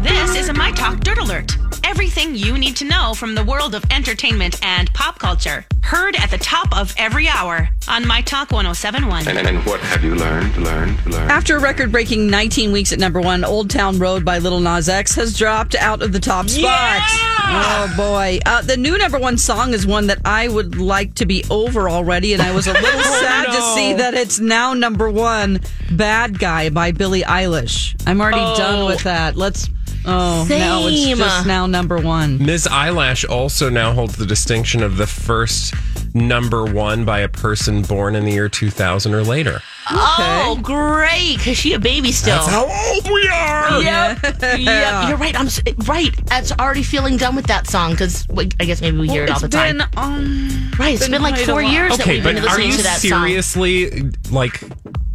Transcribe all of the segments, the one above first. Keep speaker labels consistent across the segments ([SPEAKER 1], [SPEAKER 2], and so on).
[SPEAKER 1] Lisa My Talk Dirt Alert. Everything you need to know from the world of entertainment and pop culture. Heard at the top of every hour on My Talk 1071.
[SPEAKER 2] And, and what have you learned? Learned? Learned?
[SPEAKER 3] After a record breaking 19 weeks at number one, Old Town Road by Little Nas X has dropped out of the top spot. Oh, boy. Uh, the new number one song is one that I would like to be over already, and I was a little
[SPEAKER 4] Oh,
[SPEAKER 3] sad to see that it's now number one Bad Guy by Billie Eilish. I'm already done with that. Let's. Oh, now it's
[SPEAKER 4] Oh. Same.
[SPEAKER 3] just now number one.
[SPEAKER 5] Ms. Eyelash also now holds the distinction of the first number one by a person born in the year 2000 or later.
[SPEAKER 4] Oh, great! Cause she a baby still.
[SPEAKER 5] That's how old we
[SPEAKER 4] Oh,
[SPEAKER 5] are!
[SPEAKER 4] Yep. yep. You're right. I'm s- right. It's already feeling done with that song because I guess maybe we hear it all
[SPEAKER 3] It's
[SPEAKER 4] the time.
[SPEAKER 3] been um,
[SPEAKER 4] Right. It's been, like
[SPEAKER 3] quite a
[SPEAKER 4] four
[SPEAKER 3] while.
[SPEAKER 4] years that
[SPEAKER 5] Okay,
[SPEAKER 4] we've
[SPEAKER 5] but
[SPEAKER 4] been
[SPEAKER 5] are
[SPEAKER 4] listening
[SPEAKER 5] you
[SPEAKER 4] to that
[SPEAKER 5] seriously like?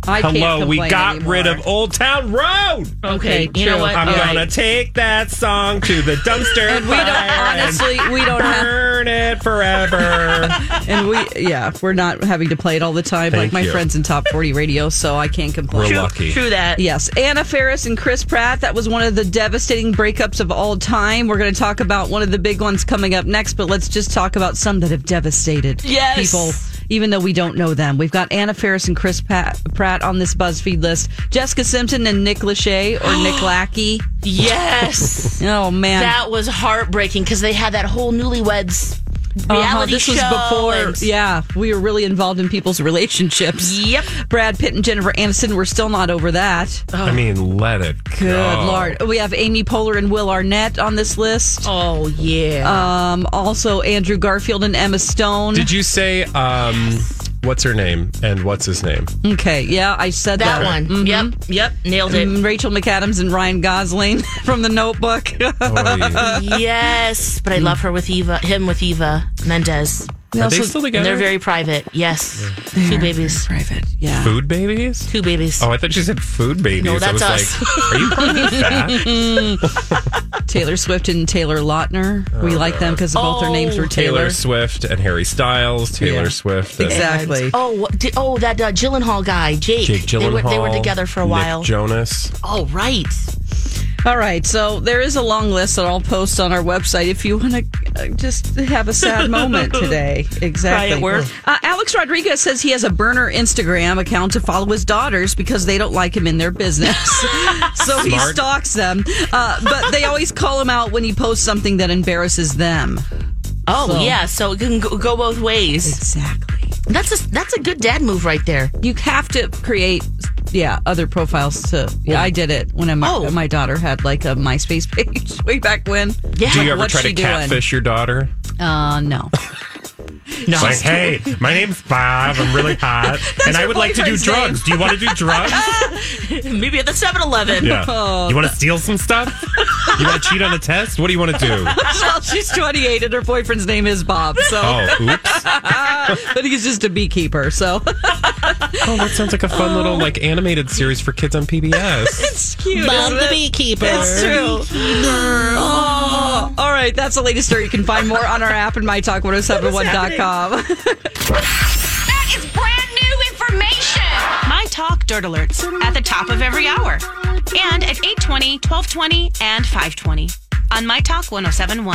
[SPEAKER 3] I can't
[SPEAKER 5] Hello, we
[SPEAKER 3] complain
[SPEAKER 5] got rid
[SPEAKER 3] anymore.
[SPEAKER 5] of Old Town Road.
[SPEAKER 4] song. Okay.
[SPEAKER 3] Okay,
[SPEAKER 4] you know
[SPEAKER 3] true.
[SPEAKER 4] what?
[SPEAKER 5] I'm
[SPEAKER 4] All
[SPEAKER 5] gonna
[SPEAKER 4] right.
[SPEAKER 5] take that song to the dumpster
[SPEAKER 3] And we don't
[SPEAKER 5] fire and
[SPEAKER 3] honestly we don't have
[SPEAKER 5] burn it forever.
[SPEAKER 3] and we yeah, we're not having to play it all the time like
[SPEAKER 5] Thank
[SPEAKER 3] my
[SPEAKER 5] you.
[SPEAKER 3] friends in top 40 radio, so I can't complain.
[SPEAKER 5] We're lucky.
[SPEAKER 4] True that.
[SPEAKER 3] Yes, Anna Ferris and Chris Pratt. That was one of the devastating breakups of all time. We're going to talk about one of the big ones coming up next, but let's just talk about some that have devastated
[SPEAKER 4] Yes.
[SPEAKER 3] people, even though we don't know them. We've got Anna Ferris and Chris Pat- Pratt on this BuzzFeed list. Jessica Simpson and Nick Lachey or Nick Lackey.
[SPEAKER 4] Yes.
[SPEAKER 3] Oh man,
[SPEAKER 4] that was heartbreaking because they had that whole newlyweds
[SPEAKER 3] Uh-huh,
[SPEAKER 4] reality
[SPEAKER 3] This
[SPEAKER 4] show.
[SPEAKER 3] was before,
[SPEAKER 4] and-
[SPEAKER 3] yeah, we were really involved in people's relationships.
[SPEAKER 4] Yep.
[SPEAKER 3] Brad Pitt and Jennifer Aniston. We're still not over that.
[SPEAKER 5] I mean, let it go.
[SPEAKER 3] Oh. Good lord. We have Amy Poehler and Will Arnett on this list.
[SPEAKER 4] Oh yeah.
[SPEAKER 3] Um, also Andrew Garfield and Emma Stone.
[SPEAKER 5] Did you say um, what's her name and what's his name?
[SPEAKER 3] okay, yeah, I said
[SPEAKER 4] that
[SPEAKER 3] that,
[SPEAKER 4] one. Yep. Yep. Nailed it.
[SPEAKER 3] Mm, Rachel McAdams and Ryan Gosling from The Notebook.
[SPEAKER 5] Are
[SPEAKER 4] yes. But I love her with Eva. Him with Eva Mendez.
[SPEAKER 5] they still together?
[SPEAKER 4] They're very private. Yes. Two babies.
[SPEAKER 3] Private, yeah.
[SPEAKER 5] food babies.
[SPEAKER 4] Two babies.
[SPEAKER 5] Oh, I thought you said food babies.
[SPEAKER 4] No, that's
[SPEAKER 5] I was
[SPEAKER 4] us.
[SPEAKER 5] like, are you calling me fat?
[SPEAKER 3] Taylor Swift and Taylor Lautner. we like them because both their names
[SPEAKER 4] Oh.
[SPEAKER 3] were
[SPEAKER 5] Taylor.
[SPEAKER 3] Taylor.
[SPEAKER 5] Swift and Harry Styles. Taylor
[SPEAKER 3] Yeah.
[SPEAKER 5] Swift. And
[SPEAKER 3] Exactly.
[SPEAKER 4] Oh, what di- oh, that uh, Gyllenhaal guy, Jake.
[SPEAKER 5] Jake Gyllenhaal.
[SPEAKER 4] They were, they were together for a
[SPEAKER 5] Nick
[SPEAKER 4] while.
[SPEAKER 5] Jonas.
[SPEAKER 4] oh, right.
[SPEAKER 3] All right, so there is a long list that I'll post on our website if you want to just have a sad moment today. Exactly.
[SPEAKER 4] Cry at work.
[SPEAKER 3] Uh, Alex Rodriguez says he has a burner Instagram account to follow his daughters because they don't like him in their business, so he
[SPEAKER 5] Smart.
[SPEAKER 3] stalks them. Uh, but they always call him out when he posts something that embarrasses them.
[SPEAKER 4] Oh,
[SPEAKER 3] So-
[SPEAKER 4] yeah. So it can go, go both ways.
[SPEAKER 3] Exactly.
[SPEAKER 4] That's a that's a good dad move right there.
[SPEAKER 3] You have to create. Yeah, other profiles too. Yeah, I did it when my,
[SPEAKER 4] Oh.
[SPEAKER 3] my daughter had like a MySpace page way back when.
[SPEAKER 4] Yeah.
[SPEAKER 5] Do you ever
[SPEAKER 3] what's
[SPEAKER 5] try
[SPEAKER 3] she
[SPEAKER 5] to
[SPEAKER 3] doing?
[SPEAKER 5] catfish your daughter?
[SPEAKER 3] Uh, no.
[SPEAKER 4] no.
[SPEAKER 5] Like, hey, my name's Bob. I'm really hot, and I
[SPEAKER 3] your
[SPEAKER 5] would like to do
[SPEAKER 3] boyfriend's name.
[SPEAKER 5] drugs. Do you want to do drugs?
[SPEAKER 4] Maybe at the 7 Eleven.
[SPEAKER 5] Yeah. you want to steal some stuff? You want to cheat on a test? What do you want to do?
[SPEAKER 3] well, she's 28 and her boyfriend's name is Bob. So,
[SPEAKER 5] Oh, oops.
[SPEAKER 3] but he's just a beekeeper. So
[SPEAKER 5] Oh, that sounds like a fun little like animated series for kids on PBS.
[SPEAKER 3] it's cute.
[SPEAKER 4] Bob
[SPEAKER 3] isn't
[SPEAKER 4] the
[SPEAKER 3] it?
[SPEAKER 4] beekeeper.
[SPEAKER 3] It's true. Oh, all right. That's the latest story. You can find more on our app and mytalk1071.com.
[SPEAKER 1] That is brand new information. My Talk Dirt Alerts at the top of every hour and at 820, 1220, and 520 on My Talk 1071.